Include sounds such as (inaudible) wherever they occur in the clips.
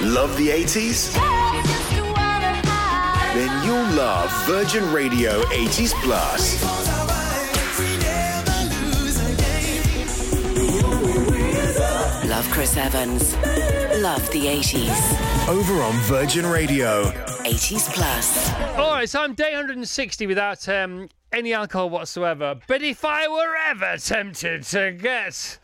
Love the 80s? Then you'll love Virgin Radio 80s Plus. Love Chris Evans. Love the 80s. Over on Virgin Radio. 80s plus. All right, so I'm day 160 without um, any alcohol whatsoever. But if I were ever tempted to get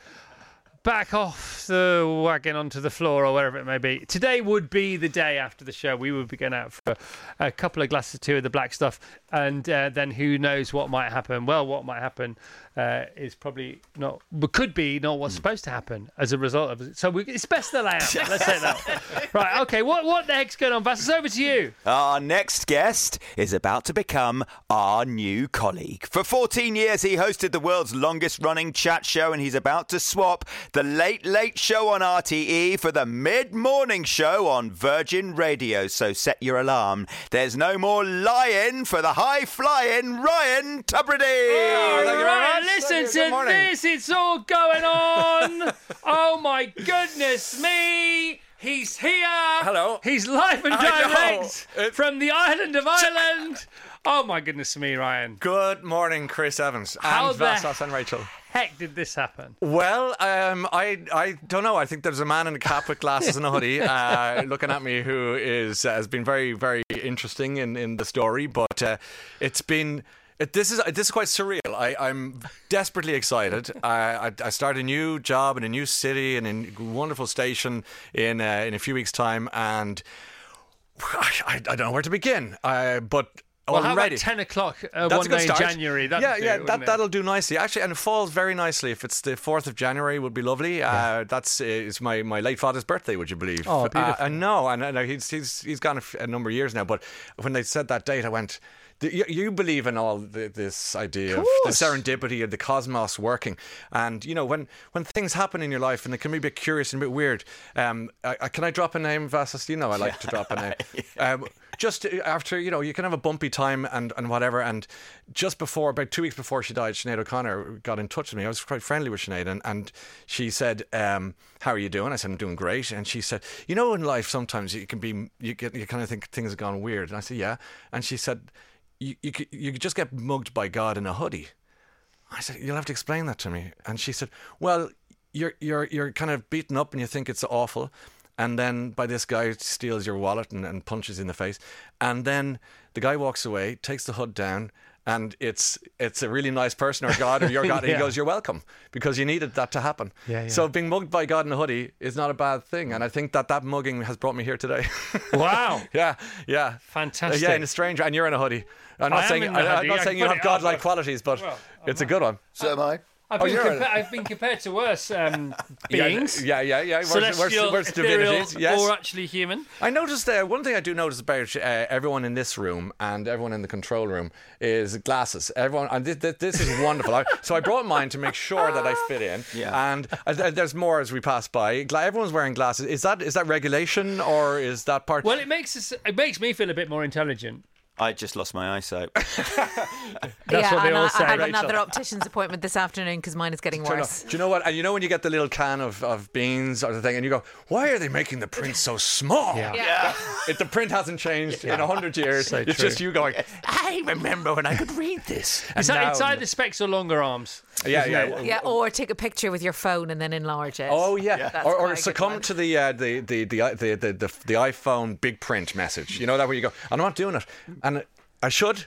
back off the wagon onto the floor or wherever it may be, today would be the day after the show. We would be going out for a couple of glasses of two of the black stuff, and uh, then who knows what might happen? Well, what might happen uh, is probably not, but could be not what's supposed to happen as a result of it. So we, it's best to lay out. Let's say that. right, okay. What what the heck's going on, Bass? It's over to you. Our next guest is about to become our new colleague. For 14 years, he hosted the world's longest running chat show, and he's about to swap the Late Late Show on RTE for the mid morning show on Virgin Radio. So set your alarm. There's no more lying for the high flying Ryan Tubridy. Oh, Alright, listen to this. It's all going on. oh my goodness me. He's here. Hello. He's live and I know. direct It- from the island of Ireland. Oh my goodness me, Ryan. Good morning, Chris Evans How and the- Vassos and Rachel. Heck, did this happen? Well, um, I I don't know. I think there's a man in a cap with glasses and (laughs) a hoodie uh, looking at me who is uh, has been very very interesting in, in the story, but uh, it's been. It, this is this is quite surreal. I, I'm desperately excited. I, I, I start a new job in a new city and in a wonderful station in uh, in a few weeks' time, and I, I, I don't know where to begin. Uh, but Well, how already, about 10 o'clock uh, that's one a good day in start. January? That'd yeah, do yeah, it, that wouldn't it? that'll do nicely actually, and it falls very nicely. If it's the fourth of January, would be lovely. Uh, that's uh, it's my, my late father's birthday. Would you believe? Oh, Uh, beautiful. I know, and I know he's he's he's gone a, f- a number of years now. But when they said that date, I went. "Do You, you believe in all the, this idea of the course. serendipity of the cosmos working, and you know when, when things happen in your life and they can be a bit curious and a bit weird. Um, I, I, can I drop a name, Vasas? You know I like to drop (laughs) a name. Um, just after you know you can have a bumpy time and, and whatever and just before about two weeks before she died Sinead O'Connor got in touch with me I was quite friendly with Sinead and, and she said um, how are you doing I said I'm doing great and she said you know in life sometimes you can be you get you kind of think things have gone weird and I said yeah and she said you you, c- you could just get mugged by God in a hoodie I said, "You'll have to explain that to me." And she said, "Well, you're you're you're kind of beaten up, and you think it's awful, and then by this guy who steals your wallet and, and punches you in the face, and then the guy walks away, takes the hood down." And it's it's a really nice person or God or (laughs) your God. and Yeah. He goes, "You're welcome," because you needed that to happen. Yeah, yeah. So being mugged by God in a hoodie is not a bad thing, and I think that that mugging has brought me here today. (laughs) Wow. yeah, yeah, Fantastic. Yeah, in a stranger, and you're in a hoodie. I'm not am saying in I'm the hoodie. not I saying you put have it out, God-like but- qualities, but Well, it's a good one. So am I. I've been, you're compa- right. I've been compared to worse um, (laughs) Yeah, beings. Yeah, yeah, yeah. Where's, where's- Celestial, where's ethereal, divinities? Yes. or actually human. I noticed uh, one thing I do notice about uh, everyone in this room and everyone in the control room is glasses. Everyone, and thi- thi- this is wonderful. I, so I brought mine to make sure that I fit in. Yeah. And uh, th- there's more as we pass by. Gla- Everyone's wearing glasses. Is that is that regulation or is that part? Well, it makes us, it makes me feel a bit more intelligent. I just lost my eyesight. That's yeah, what they and all I, say. I have Rachel. another optician's appointment this afternoon because mine is getting I know. worse. Do you know what? And you know when you get the little can of, of beans or the thing, and you go, "Why are they making the print so small?" Yeah. If the print hasn't changed in a hundred years, So it's true. just you going. I remember when I could read this. Is that inside the specs or longer arms? Yeah, yeah, Yeah, or take a picture with your phone and then enlarge it. Oh yeah, That's or, quite a or good succumb one. to the, uh, the, the the i- the the the the iPhone big print message. You know that where you go, I'm not doing it, and I should,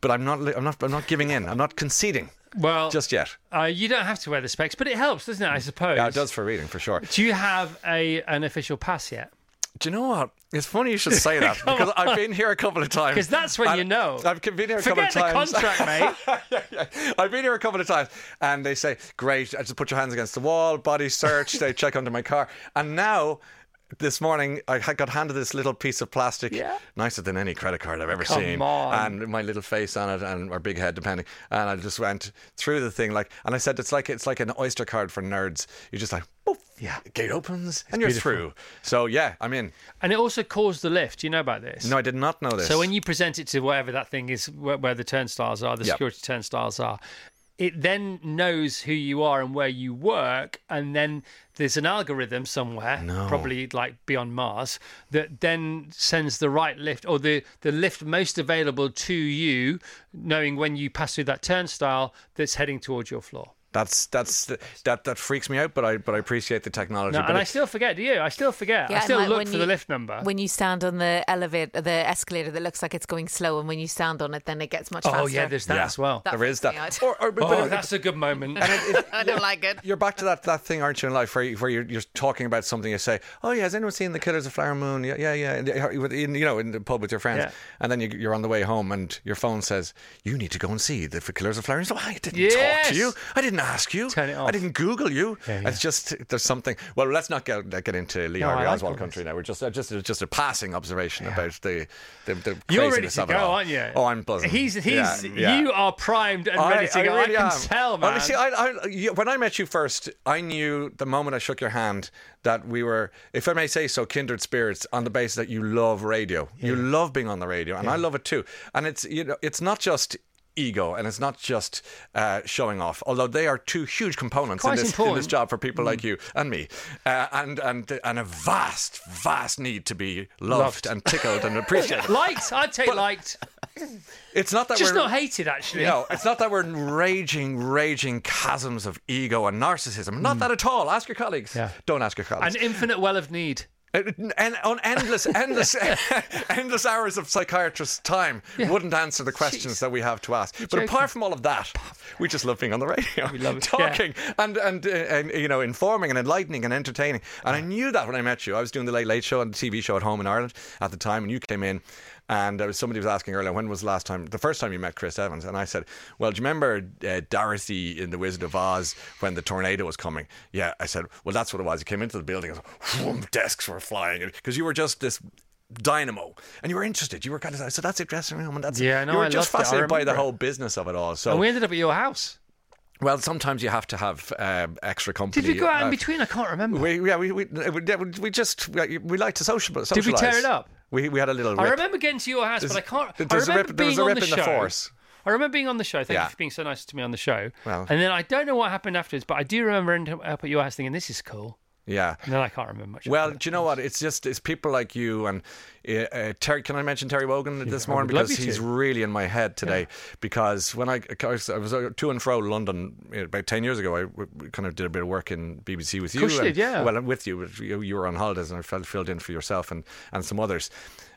but I'm not. li- I'm not. I'm not giving in. I'm not conceding Well, just yet. uh, you don't have to wear the specs, but it helps, doesn't it? I suppose. Yeah, it does for reading for sure. Do you have a an official pass yet? Do you know what? It's funny you should say (laughs) that because I've been here a couple of times. 'Cause that's when And you know. I've been here a Forget the couple of times. (laughs) contract, mate. I've been here a couple of times, and they say, "Great, I just put your hands against the wall, body search." they check under my car, and now. This morning, I had- got handed this little piece of plastic, Yeah. nicer than any credit card I've ever Come seen, on. and my little face on it, and or big head, depending. And I just went through the thing like, and I said, "It's like it's like an oyster card for nerds. You're just like, boop, yeah, gate opens, and you're beautiful. through." So yeah, I'm in. And it also caused the lift. You know about this? No, I did not know this. So when you present it to wherever that thing is, where, where the turnstiles are, the Yep. security turnstiles are, it then knows who you are and where you work, and then there's an algorithm somewhere, probably like beyond Mars, that then sends the right lift or the the lift most available to you, knowing when you pass through that turnstile that's heading towards your floor. That's that's the- that that freaks me out, but I but I appreciate the technology. No, but and I it- still forget, do you? I still forget. I and still like look when for you- the lift number. When you stand on the elevator, the escalator that looks like it's going slow, and when you stand on it, then it gets much faster. oh yeah, there's that Yeah. as well. That there is freaks me that. out. Or, or, but, oh, (laughs) but- that's a good moment. I don't like it. (laughs) you're back to that, that thing, aren't you, in life where, you, where you're, you're talking about something. You say, "Oh yeah, has anyone seen the Killers of Flower Moon?" Yeah, yeah, yeah. And, uh, with- in- you know, in the pub with your friends, Yeah. and then you, you're on the way home, and your phone says, "You need to go and see the Killers of Flower Moon." So I didn't talk Yes. to you. I didn't ask you. Turn it I off. didn't Google you. yeah. It's just there's something. Well, let's not get get into Lee No, Harvey I like all Oswald this. country now. We're just uh, just just a passing observation about the the, the You're ready craziness to of go, it all. aren't you? Oh, I'm buzzing. He's he's Yeah, yeah. you are primed and ready to go. I, really can am. tell, man. (laughs) Honestly, I, I, you- when I met you first, I knew the moment I shook your hand that we were, if I may say so, kindred spirits on the basis that you love radio. You love being on the radio, and I love it too. And it's you know, it's not just ego and it's not just uh, showing off although they are two huge components in Quite this, in this important. Mm. job for people like you and me uh, and and and a vast vast need to be loved, Loved. and tickled (laughs) and appreciated liked. I'd take liked. (laughs) it's not that Just we're not hated, actually. no, it's not that we're in raging, raging chasms of ego and narcissism. Not that at all. Ask your colleagues. Mm. Yeah. Don't ask your colleagues. An infinite well of need. And, and on (laughs) endless, endless, (laughs) endless hours of psychiatrist's time wouldn't answer the questions that we have to ask. But joking. apart from all of that, we just love being on the radio, we love it. Yeah. talking and and uh, and you know, informing and enlightening and entertaining. And I knew that when I met you. I was doing the Late Late Show and the TV show at home in Ireland at the time, and you came in. And there was somebody was asking earlier, when was the last time, the first time you met Chris Evans? And I said, well, do you remember uh, Dorothy in The Wizard of Oz when the tornado was coming? Yeah, I said, well, that's what it was. He came into the building, and whoom, desks were flying because you were just this dynamo, and you were interested. You were kind of so that's a dressing room, and that's Yeah, no, you were I just loved it. I fascinated by the remember it. whole business of it all. So And we ended up at your house. well, sometimes you have to have uh, extra company. Did we go out in Uh, between? I can't remember. We, yeah, we, we, we, yeah, we- we just we, we like to social. Socialize. Did we tear it up? We, we had a little. Rip. I remember getting to your house, There's- but I can't. there I was a remember rip- there being was a on rip the in the show. force. I remember being on the show. Thank Yeah. you for being so nice to me on the show. Well. and then I don't know what happened afterwards, but I do remember ending up at your house thinking, this is cool. Yeah. And then I can't remember much. Well, after that. do you know what? It's just it's people like you and uh, uh, Terry. Can I mention Terry Wogan this morning would love because you he's to. really in my head today? Because when I, I was I was uh, to and fro London uh, about ten years ago, I w- w- kind of did a bit of work in BBC with you. course you and- did, yeah. Well, with you, but you, you were on holidays, and I felt filled in for yourself and and some others.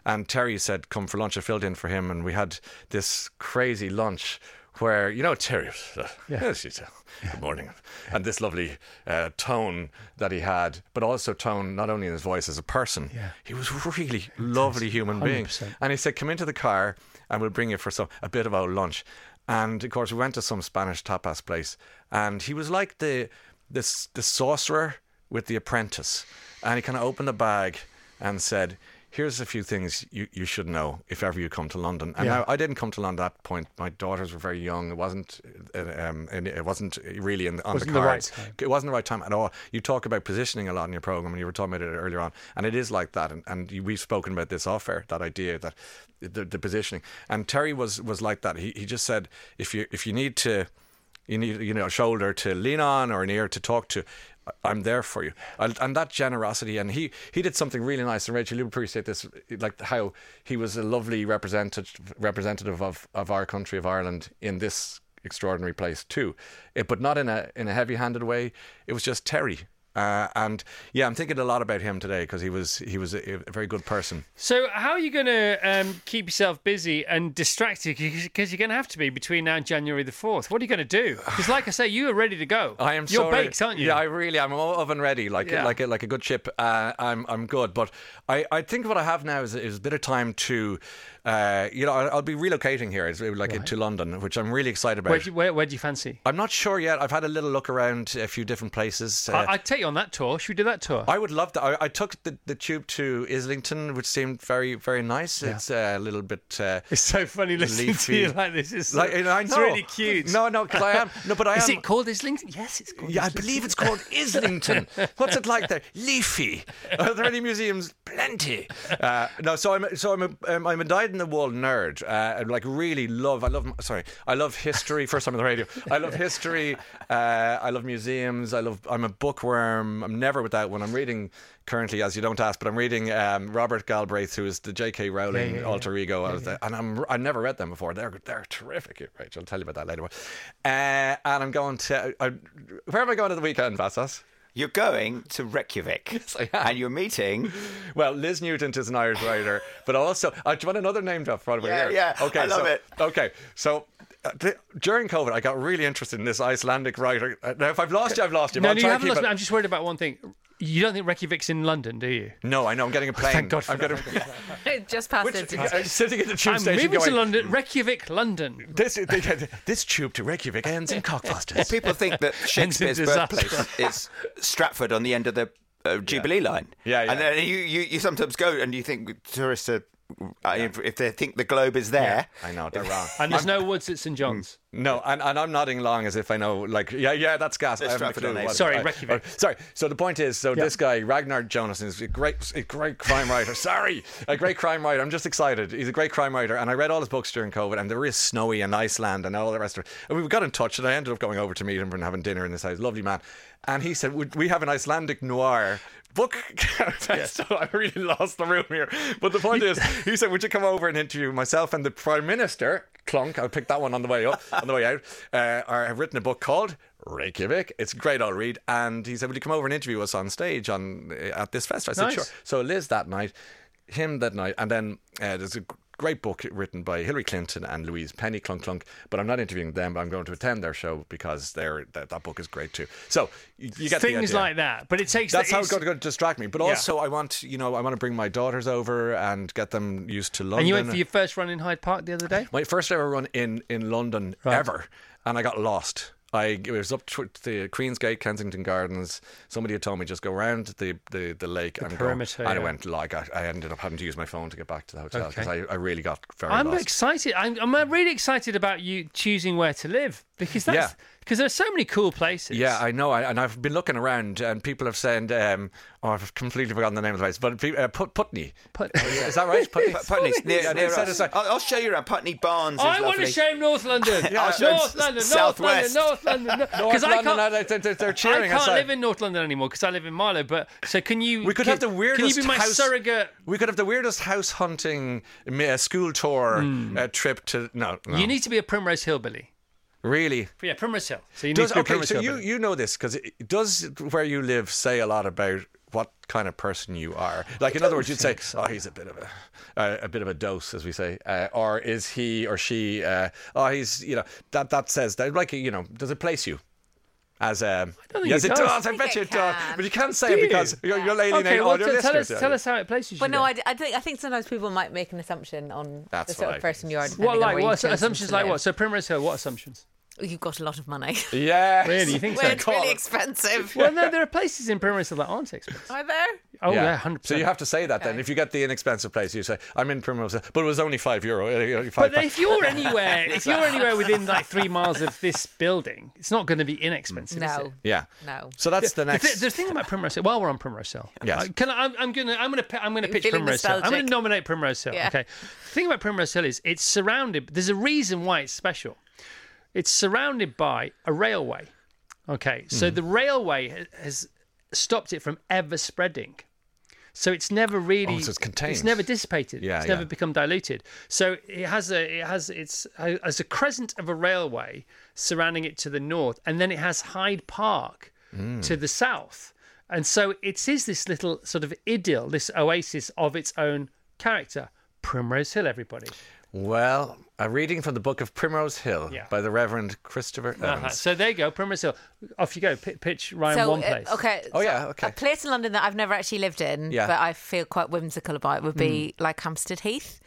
And Terry said, "Come for lunch." I filled in for him, and we had this crazy lunch. Where you know Terry, (laughs) was, uh, yes, he's, uh, good morning, and this lovely uh, tone that he had, but also tone not only in his voice as a person. He was a really lovely human being, 100%. and he said, "Come into the car, and we'll bring you for some a bit of our lunch." And of course, we went to some Spanish tapas place, and he was like the this the sorcerer with the apprentice, and he kind of opened a bag and said. Here's a few things you, you should know if ever you come to London. And now, I didn't come to London at that point. My daughters were very young. It wasn't uh, um, and it wasn't really in, on Wasn't the the right cards. It wasn't the right time at all. You talk about positioning a lot in your program, and you were talking about it earlier on, and it is like that. And, and you- we've spoken about this off air, that idea that the, the positioning. And Terry was was like that. He he just said if you if you need to, you need you know a shoulder to lean on or an ear to talk to. I- I'm there for you, and, and that generosity. And he he did something really nice. And Rachel, you appreciate this, like how he was a lovely representative representative of of our country of Ireland in this extraordinary place too, it, but not in a in a heavy handed way. It was just Terry Uh, and yeah, I'm thinking a lot about him today because he was he was a, a very good person. So, how are you going to um, keep yourself busy and distracted? Because you're going to have to be between now and January the 4th. What are you going to do? Because, like I say, you are ready to go. (sighs) I am You're so ready. baked, aren't you? Yeah, I really am. I'm all oven ready, like Yeah. like a, like a good chip. Uh, I'm I'm good, but I, I think what I have now is, is a bit of time to, uh, you know, I'll, I'll be relocating here, it's like to London, which I'm really excited about. where, do you, where, where do you fancy? I'm not sure yet. I've had a little look around a few different places. Uh, I, I'd take you on that tour. Should we do that tour? I would love to. I, I took the, the tube to Islington, which seemed very, very nice. It's uh, a little bit. Uh, (laughs) it's so funny listening leafy. to you like this. It's, like, and I it's know. really cute. No, no, because I am. (laughs) No, but I Is am. it called Islington? Yes, it's called yeah, I Islington. believe it's called Islington. What's it like there? Leafy. Are there any museums? Plenty. Uh, no, so I'm so I'm a, um, I'm a dyed in the wool nerd. Uh, I, like really love. I love. Sorry, I love history. First time on the radio. I love history. Uh, I love museums. I love. I'm a bookworm. I'm never without one. I'm reading currently, as you don't ask, but I'm reading um, Robert Galbraith, who is the J.K. Rowling alter ego, of the- and I'm I never read them before. They're they're terrific, Rachel. I'll tell you about that later. on. Uh, and I'm going to I, where am I going at the weekend, Vasas? You're going to (laughs) Reykjavik. I am. And you're meeting. Well, Liz Nugent is an Irish writer, but also uh, do you want another name drop? By the way, Yeah, here? yeah, Okay, I love so, it. Okay, so. Uh, th- during COVID, I got really interested in this Icelandic writer. Uh, now, if I've lost you, I've lost you. but No, I'll no, you try and haven't keep lost it- me. I'm just worried about one thing. You don't think Reykjavik's in London, do you? No, I know. I'm getting a plane. Oh, God for I'm getting, Just past which, it. I'm sitting at the tube I'm station moving going, to London, Reykjavik, London. This, they get- this tube to Reykjavik ends in Cockfosters. People think (laughs) that Shakespeare's disaster. birthplace is Stratford on the end of the uh, Jubilee line. Yeah, yeah. And then you, you, you sometimes go and you think tourists are, uh, if, if they think the globe is there. I know, (laughs) they're wrong. And there's no woods at St John's. No, and, and I'm nodding along as if I know, like, yeah, yeah, that's gas. I haven't a Stratford clue on what- Avon. Sorry, I- Reykjavik. oh, sorry. So the point is, so this guy, Ragnar Jonasson, is a great, a great crime writer. sorry, a great crime writer. I'm just excited. He's a great crime writer. And I read all his books during COVID, and there is snowy and Iceland and all the rest of it. And we got in touch, and I ended up going over to meet him and having dinner in this house. Lovely man. And he said, "Would- We have an Icelandic noir book. (laughs) so I really lost the room here. But the point is, he said, Would you come over and interview myself and the Prime Minister? Clunk, I picked that one on the way up, on the way out. Uh, I have written a book called Reykjavik. It's great, I'll read. And he said, Will you come over and interview us on stage on uh, at this fest? I said, Nice. Sure. So Liz that night, him that night, and then uh, there's a g- great book written by Hillary Clinton and Louise Penny Clunk Clunk. But I'm not interviewing them, but I'm going to attend their show because they're, that, that book is great too. So you, you get the Things idea. like that. But it takes That's how it's it's- going to distract me. But also, I want you know, I want to bring my daughters over and get them used to London. And you went for your first run in Hyde Park the other day? my first ever run in in London ever, and I got lost. I it was up to the Queen's Gate, Kensington Gardens. Somebody had told me just go around the the, the lake and go. perimeter, and I yeah. went like I, I ended up having to use my phone to get back to the hotel because Okay. I, I really got very I'm lost. excited. I'm, I'm really excited about you choosing where to live because that's Yeah. because there's so many cool places. Yeah, I know. I, and I've been looking around, and people have said, um, oh, I've completely forgotten the name of the place, but pe- uh, Put- Putney. Oh, Put- Is that right? (laughs) Putney. But Putney's near, (laughs) Yeah, they near said us. it's like- I'll, I'll show you around. Putney Barnes is I want lovely. to shame North (laughs) London. I'll North show him London, North s- London, Southwest. North London, (laughs) because Oh, North I London, can't. I- they- they- they're, cheering. I can't live in North London anymore because I live in Marlow. But so can you? We could can, have the weirdest. Can you be my house, surrogate? We could have the weirdest house hunting uh, school tour uh, trip to. No, no. Hmm. You need to be a Primrose Hillbilly. really. Yeah, Primrose Hill. So you need Does, to be a okay, Primrose so you Hillbilly. you know this because does where you live say a lot about what kind of person you are? Like in other words, you'd say, "Oh, he's a bit of a uh, a bit of a dose," as we say, uh, or is he or she? Uh, oh, he's you know that that says that like you know does it place you? As um, don't think yes, it it does. does. I think bet it you it does, can. but you can't say Do it you? because you're, you're alienating Okay, all well, your t- listeners. tell us, yeah, tell yeah. us how it places you. But no, then. I, d- I think I think sometimes people might make an assumption on That's the sort what I- of person you are. depending What on like where you what chosen assumptions to like live. what? So Primrose Hill, what assumptions? You've got a lot of money. Yes. Really, you think (laughs) so? Where it's really God. expensive. Well, no, there are places in Primrose Hill that aren't expensive. Are there? Oh yeah, hundred So percent. you have to say that then. Okay. If you get the inexpensive place, you say, "I'm in Primrose," Hill," but it was only five euro. uh, uh, Five But if (laughs) you're anywhere, if you're anywhere within like three miles of this building, it's not going to be inexpensive. is it? No. yeah. No. So that's the The, next. thi- the thing about Primrose Hill. While we're on Primrose Hill, Yes. uh, can I, I'm, I'm gonna I'm gonna pi- I'm gonna pitch feeling Primrose Hill. I'm gonna nostalgic. nominate Primrose Hill. Yeah. Okay. The thing about Primrose Hill is it's surrounded. There's a reason why it's special. It's surrounded by a railway. Okay, so Mm-hmm. the railway ha- has stopped it from ever spreading. So it's never really Oh, so it's contained. It's never dissipated. Yeah, it's never yeah. become diluted. So it has a it has it's as a crescent of a Hmm. railway surrounding it to the north, and then it has Hyde Park to the south. And so it is this little sort of idyll, this oasis of its own character. Primrose Hill, everybody. Well, a reading from the book of Primrose Hill Yeah. by the Reverend Christopher Evans. Uh-huh. So there you go, Primrose Hill. Off you go. P- pitch Ryan So, one uh, place. okay. Oh, so yeah, okay. A place in London that I've never actually lived in, Yeah. Hmm. but I feel quite whimsical about would be like Hampstead Heath.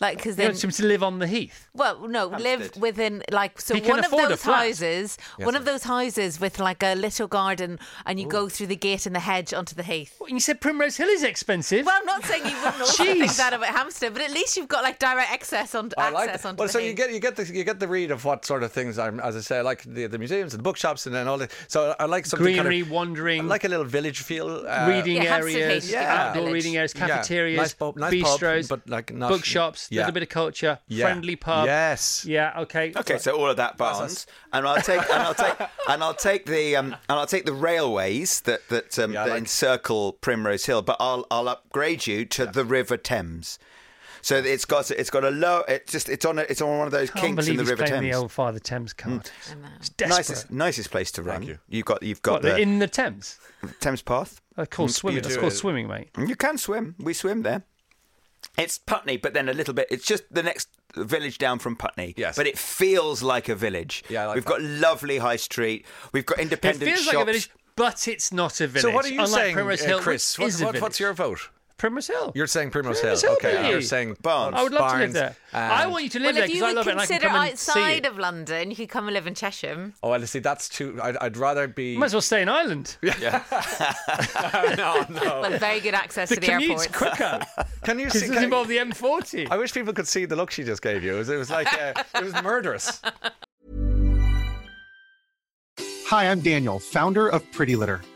Like, because You then. don't seem to live on the heath. Well, no, live within like so He can one of afford a those flat. houses, one of those houses with like a little garden, and you go through the gate and the hedge onto the heath. What, you said Primrose Hill is expensive. Well, I'm not saying you (laughs) wouldn't also think Jeez. that about Hampstead, but at least you've got like direct access on I access like that. onto Well, the so heath. you get you get the you get the read of what sort of things I'm, as I say, I like the, the museums and the bookshops and then all that. So I like something Greenery, kind of, wandering. I like a little village feel. uh, reading Yeah, Hampstead areas, Heath, yeah. outdoor Village. reading areas, Yeah. cafeterias, Nice pub- nice pub, bistros, but, like, not- bookshops, yeah. little bit of culture, Yeah. friendly pub. Yes. Yeah. Okay. Okay, so all of that bounds, and I'll take and (laughs) I'll take and I'll take the um, and I'll take the railways that that, um, Yeah, I that like- encircle Primrose Hill, but I'll I'll upgrade you to the River Thames. So that it's got it's got a low. It's just it's on a, it's on one of those I can't kinks in believe the he's River playing Thames. the old Father Thames Hmm. card. It's desperate. nicest nicest place to run. you. have got you've got What, the in the Thames? Thames Path. That's called swimming. That's Hmm, do called it. swimming, mate. You can swim. We swim there. It's Putney, but then a little bit. It's just the next village down from Putney. Yes. But it feels like a village. Yeah, I like We've that. got lovely high street. We've got It independent feels shops. like a village, but it's not a village. So what are you Unlike saying, Primrose uh, Hill, Chris? which What- is a what- what's village. your vote? Primrose Hill? You're saying Primrose, Primrose Hill. Hill, Okay, baby. you're saying Barnes. I would love to live Barnes there. and- I want you to live well, there if you because I would love it. and I can consider come and see outside it. of London, you could come and live in Cheshire. Oh, well, you see, that's too. I'd, I'd rather (laughs) be. Might as well stay in Ireland. no, no. Well, very good access Oh. The to the commute's airport. quicker. (laughs) (laughs) Can you This see? doesn't Can, involve the M40. I wish people could see the look she just gave you. It was, it was like uh, it was murderous. Hi, I'm Daniel, founder of Pretty Litter.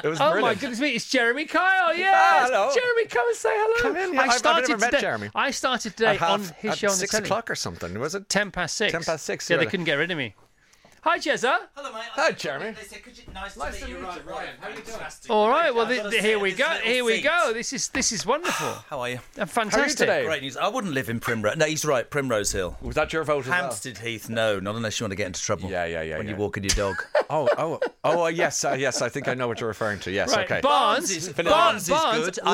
It was Oh brilliant. my goodness me! It's Jeremy Kyle. Yeah, hello. Jeremy, come and say hello. Come in, yeah. I've- I've never met today. Jeremy. I started At today on half- his at show on six the telly. o'clock or something. Was it? Ten past six. 10 past six, Yeah, you're they right. couldn't get rid of me. Hi, Jezza. Hi, Jeremy. Nice, to meet you, Ryan. How are you doing? All right. Well, I've th gotta th- say, here we this go. little Here we seat. go. This is this is wonderful. How are you? Uh, Fantastic. today? Great news. I wouldn't live in Primrose. No, he's right. Primrose Hill. Was that your vote as well? Hampstead Heath, no, not unless you want to get into trouble. Yeah, yeah, yeah, When yeah. you're walking your dog. (laughs) Oh, oh, oh, uh, yes, uh, yes. I think I know what you're referring to. Yes, Right, okay. Barnes. Barnes, Barnes, like I lived, a,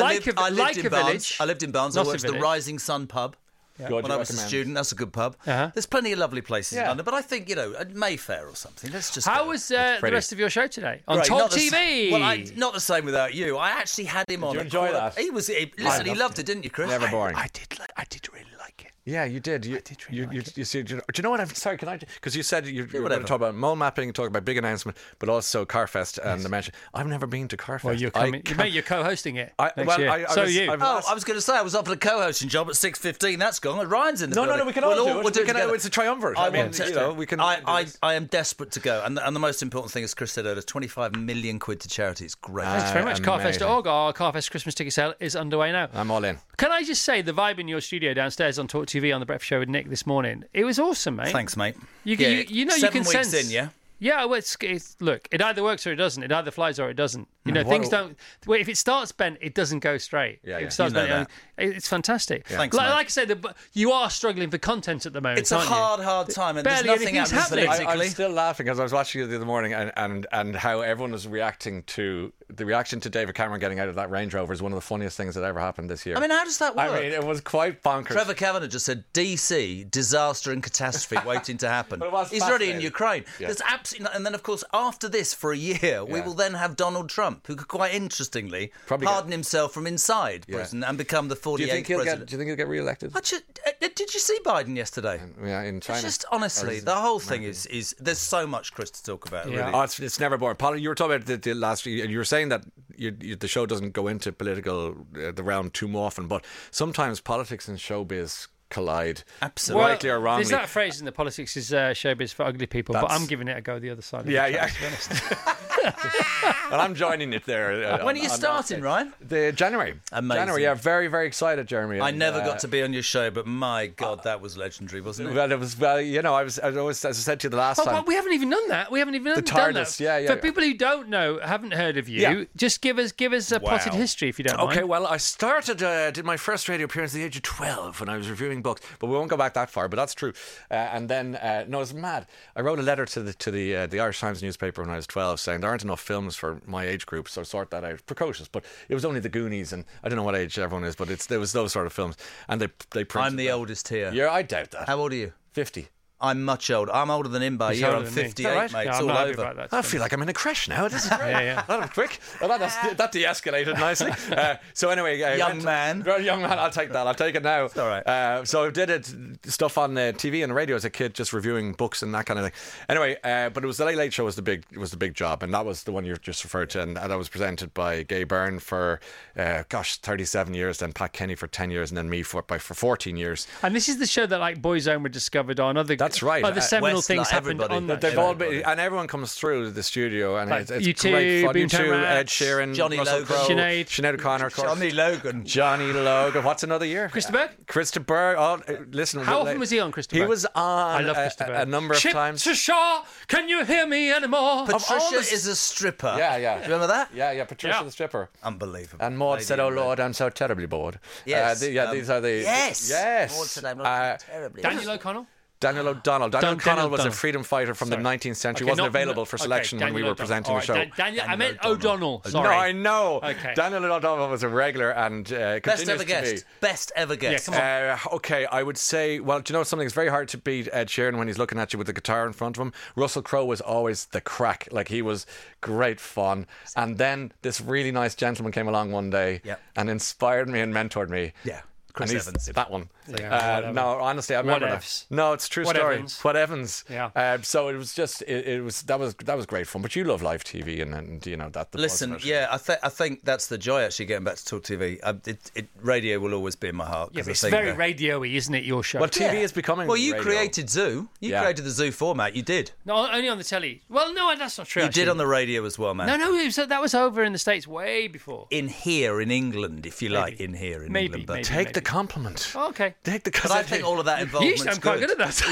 I lived like in a Barnes. village. I lived in Barnes. Not I a worked at the village. Rising Sun pub God, when you I was recommend. a student. That's a good pub. Uh-huh. There's plenty of lovely places Yeah. in London, but I think you know at Mayfair or something. Let's just. How go. was uh, the pretty. rest of your show today on Right, Talk not the s- TV? well, I, not the same without you. I actually had him on. you at enjoy Call Up. that? He was. He, listen, he loved loved it. didn't you, Chris? Never boring. I, I did. Like, I did really like it. Yeah, you did. You, did you, you, you see, do you know- do you know what? I'm sorry. Can I? Because you said you, you were going to whatever. talk about mole mapping, talk about big announcement, but also Carfest and the mention. I've never been to Carfest. well, you're I coming. You can't- mate, you're co-hosting it I- next well, year. I- I so was- you. I've- Oh, Last- I was going to say I was offered a co-hosting job at six fifteen. That's gone. Ryan's in the No, no, building. no, we can all do We'll it. do We can- together. it's a triumvirate. I I, mean, want you to- know, we can I, do I, this. I am desperate to go, and the, and the most important thing, as Chris said earlier, twenty five million quid to charity. It's great. Thanks very much. amazing. Carfest.org. Our Carfest Christmas ticket sale is underway now. Um, I'm all in. Can I just say the vibe in your studio downstairs on Talk TV on the Breakfast Show with Nick this morning? It was awesome, mate. Thanks, mate. You, Yeah, you, you know seven you can weeks sense. in, yeah? Yeah, well, it's, it's look. It either works or it doesn't. It either flies or it doesn't. You know, what things a- don't. Well, if it starts bent, it doesn't go straight. Yeah, If yeah. It starts You know bent, it- It's fantastic. Thanks, like, mate. like I said, the, bu- you are struggling for content at the moment. It's a aren't hard, you? hard time, and Barely there's nothing anything's happening happening. I, I'm politically. still laughing because I was watching it the other morning and, and, and how everyone was reacting to the reaction to David Cameron getting out of that Range Rover is one of the funniest things that ever happened this year. I mean, how does that work? I mean, it was quite bonkers. Trevor Kavanagh just said DC, disaster and (laughs) catastrophe waiting to happen. But it was He's already in fascinating. Ukraine. Yeah. There's absolutely, no- and then of course after this for a year, we Yeah. will then have Donald Trump, who could quite interestingly Probably pardon himself from inside prison and become the 48th do you think he'll president. get? Do you think he'll get re-elected? I ju- uh, uh, did you see Biden yesterday? Yeah, in China. It's just honestly, the whole thing is is there's so much Chris to talk about. Yeah. Really. Oh, it's, it's never boring. Paul, you were talking about the, the last. You you were saying that you, you, the show doesn't go into political uh, the realm too often, but sometimes politics and showbiz collide. Absolutely. Well, rightly or wrongly. There's that phrase in the politics is uh, showbiz for ugly people, but That's- I'm giving it a go the other side. Of yeah, (laughs) the yeah. track, to be honest. and I'm joining it there. uh, When on- are you on starting, Wednesday. Ryan? The January. Amazing. January. Yeah, very very excited, Jeremy. I and, never uh, got to be on your show, but my God, that was legendary, wasn't it? Well, it was well, you know, I was, I was always, as I said to you the last Oh, time. but we haven't even done that. We haven't even The done TARDIS, that. yeah, yeah, For yeah. people who don't know, haven't heard of you, Yeah. just give us give us a potted history if you don't Okay, mind. well, I started, uh, did my first radio appearance at the age of 12 when I was reviewing books, but we won't go back that far, but that's true. Uh, and then, uh, no, it's mad. I wrote a letter to the to the, uh, the Irish Times newspaper when I was 12 saying there aren't enough films for my age group, so sort that out. Precocious, but it was only the Goonies, and I don't know what age everyone is, but it's there was those sort of films. And they, they printed I'm the them. oldest here. Yeah, I doubt that. How old are you? 50. I'm much older. I'm older than him by a He's year. older I'm than me. 58, Is that right? mate. Yeah, it's I'm all not happy over. about that. I feel like I'm in a crash (laughs) now. This is great. Yeah, yeah. That was quick. Well, that, that's- that de-escalated (laughs) nicely. Uh, so anyway, I Young went to- man. Well, young man, I'll take that. I'll take it now. all right. Uh, so I did it stuff on uh, TV and radio as a kid, just reviewing books and that kind of thing. Anyway, uh, but it was the Late Late Show was the big was the big job, and that was the one you just referred to, and that was presented by Gay Byrne for uh, gosh, thirty seven years, then Pat Kenny for ten years, and then me for by for fourteen years. And this is the show that like Boyzone were discovered on. Other That's right. Other Uh, seminal Westlife, things happened everybody. on that. They've show. all Well, but, and everyone comes through the studio, and Like it's, it's U2, great fun. You Boomtown two, Ed Rats, Sheeran, Johnny Russell Logan. Crowe, Sinead. Sinead O'Connor, of course. Johnny Logan. Johnny Logan. What's another year? Krista Berg? Christopher. Berg. Oh, uh, listen. How la- often was he on, Christopher? He was on. I love a- Christopher. A, a number of Chip times. to Shaw, can you hear me anymore? Patricia the s- is a stripper. Yeah, yeah. Remember that? Yeah, yeah. Patricia Yeah. the stripper. Unbelievable. And Maud Lady said, "Oh in Red." Lord, I'm so terribly bored." Yes, Uh, the- yeah, um, these are the yes. Yes. Maud said, "I'm not Uh, terribly Daniel O'Connell. Daniel O'Donnell. Daniel Don- Daniel O'Connell was a O'Donnell. freedom fighter from Sorry. the 19th century. Okay, wasn't not- available for okay, selection when we Daniel were presenting O'Donnell. the show. All right, Dan- Daniel- I meant O'Donnell. No, Sorry. I know. Okay. Daniel O'Donnell was a regular and uh, Best continues ever to be. guest. Best ever guest. come on. Uh, okay, I would say, well, do you know something? It's very hard to beat Ed Sheeran when he's looking at you with the guitar in front of him. Russell Crowe was always the crack. Like, he was great fun. And then this really nice gentleman came along one day Yep. and inspired me and mentored me. Yeah, Chris And he's- Evans. That one. Yeah, uh, whatever. no, honestly, I remember that. Whatevs. No, it's a true story. Whatevans. What Evans. Yeah. Uh, so it was just, it, it was, that was, that was great fun. But you love live TV and, and you know, that. The buzz Listen, of it. yeah, I, th- I think that's the joy actually getting back to talk TV. I, it, it, radio will always be in my heart. Yeah, 'cause but I it's think very that- radio-y, isn't it? Your show. Well, TV is becoming. Well, you radio. created Zoo. You Yeah. created the Zoo format. You did. no, only on the telly. Well, no, that's not true. You actually. did on the radio as well, man. No, no, it was, uh, that was over in the states way before. In here, in England, if you like, in here, in Maybe, England. But, maybe. Take the compliment. Oh, okay. Take the but I think all of that You involvement's I'm quite good at (laughs) that.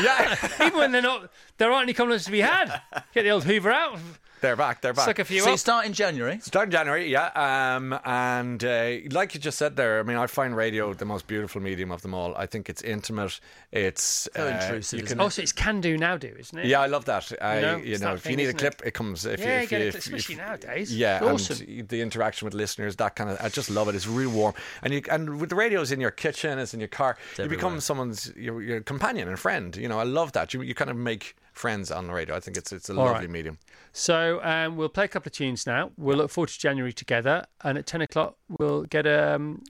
Yeah. (laughs) Even when they're not, there aren't any compliments to be had. Get the old Hoover out, They're back. They're back. suck a few So you up. start in January. Start January, yeah. Um, and uh, like you just said there, I mean, I find radio the most beautiful medium of them all. I think it's intimate. It's uh, so intrusive, isn't Also, it's can do now do, isn't it? Yeah, I love that. I, know, you it's know, that if you thing, need a isn't clip, it, comes. If, Yeah, if, you get a if, clip, if- especially nowadays. Yeah, It's and awesome. the interaction with listeners, that kind of. I just love it. It's really warm, and you and with the radio, it's in your kitchen, it's in your car. you become someone's your, your companion and friend. You know, I love that. You you kind of make friends on the radio. I think it's it's a lovely right. medium. So um, we'll play a couple of tunes now. We'll look forward to January together, and at ten o'clock we'll get um,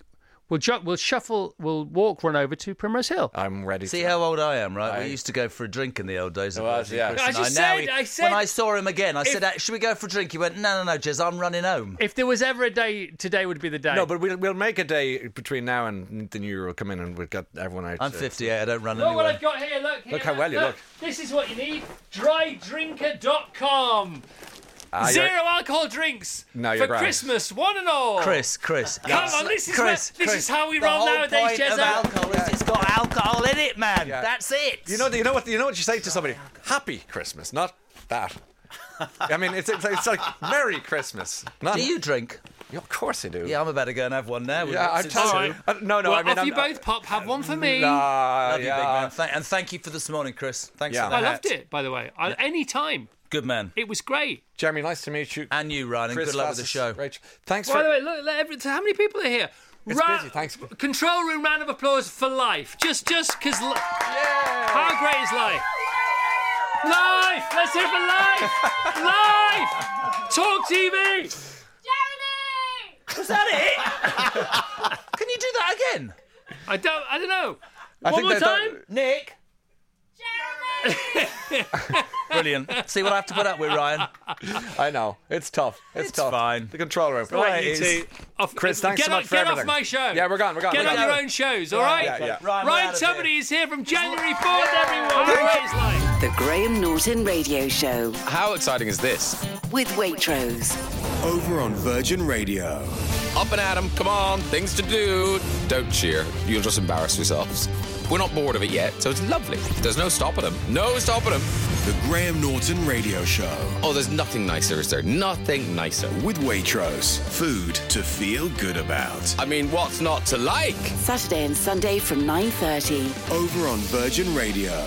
we'll ju- we'll shuffle, we'll walk, run over to Primrose Hill. I'm ready. See to, how old I am, right? We used to go for a drink in the old days. at Well, Virgin yeah. Christian. I just now said- he- I when said- I saw him again, I said, "Uh, "Should we go for a drink?" He went, "No, no, no, Jez, I'm running home." If there was ever a day, today would be the day. No, but we'll, we'll make a day between now and the new year. We'll come in and we'll get everyone out. I'm uh, 58. I don't run Look what anywhere. I've got here. Look. Here, Look how well you look. This is what you need. Drydrinker.com. ah, you're- Zero alcohol drinks No, you're for grand. Christmas, one and all. Chris, Chris, Come on, this is where- this is how we the roll whole nowadays, point of Jezza. alcohol is it's got alcohol in it, man. That's it. You know, you know what you know what you say to somebody. Happy Christmas, not that. I mean, it's it's, it's like Merry Christmas. Not, do you drink? Yeah, Of course I do. Yeah, I'm about to go and have one now. Yeah, I It's- tell it's- you. Uh, no, no. well, I mean, off I'm, you both, Pop. Have one for me. Ah, Love you, yeah. big man. Thank- and thank you for this morning, Chris. Thanks Yeah. for the I hat. loved it, by the way. I, any time. Good man. It was great. Jeremy, nice to meet you. And you, Ryan, and Chris good luck with the Vassis, show. Rachel, thanks By for. the way, look, let every, how many people are here? It's busy, thanks. Control room round of applause for life. Just, just because. Li- How great is life? Life! Let's hear it for life! life! Talk TV! Was that it? Can you do that again? I don't, I don't know. I One think more they don't- time? Nick? Jeremy! Brilliant. See what I have to put up with, Ryan. (laughs) I know. It's tough. It's, It's tough. fine. The control room. Right, you two. Off, Chris, thanks get so on- much for Get everything. off my show. Yeah, we're gone, we're gone, Get we're on gone. your own shows, all right? yeah, yeah. Ryan, we're out Ryan of Tuberty here. is here from January 4th, everyone. Always like. The Graham Norton Radio Show How exciting is this? with Waitrose. Over on Virgin Radio. Up and at 'em, come on, things to do. Don't cheer, you'll just embarrass yourselves. We're not bored of it yet, so it's lovely. There's no stopping them. No stopping them. The Graham Norton Radio Show. Oh, there's nothing nicer, is there? Nothing nicer. With Waitrose. Food to feel good about. I mean, what's not to like? Saturday and Sunday from 9.30. Over on Virgin Radio.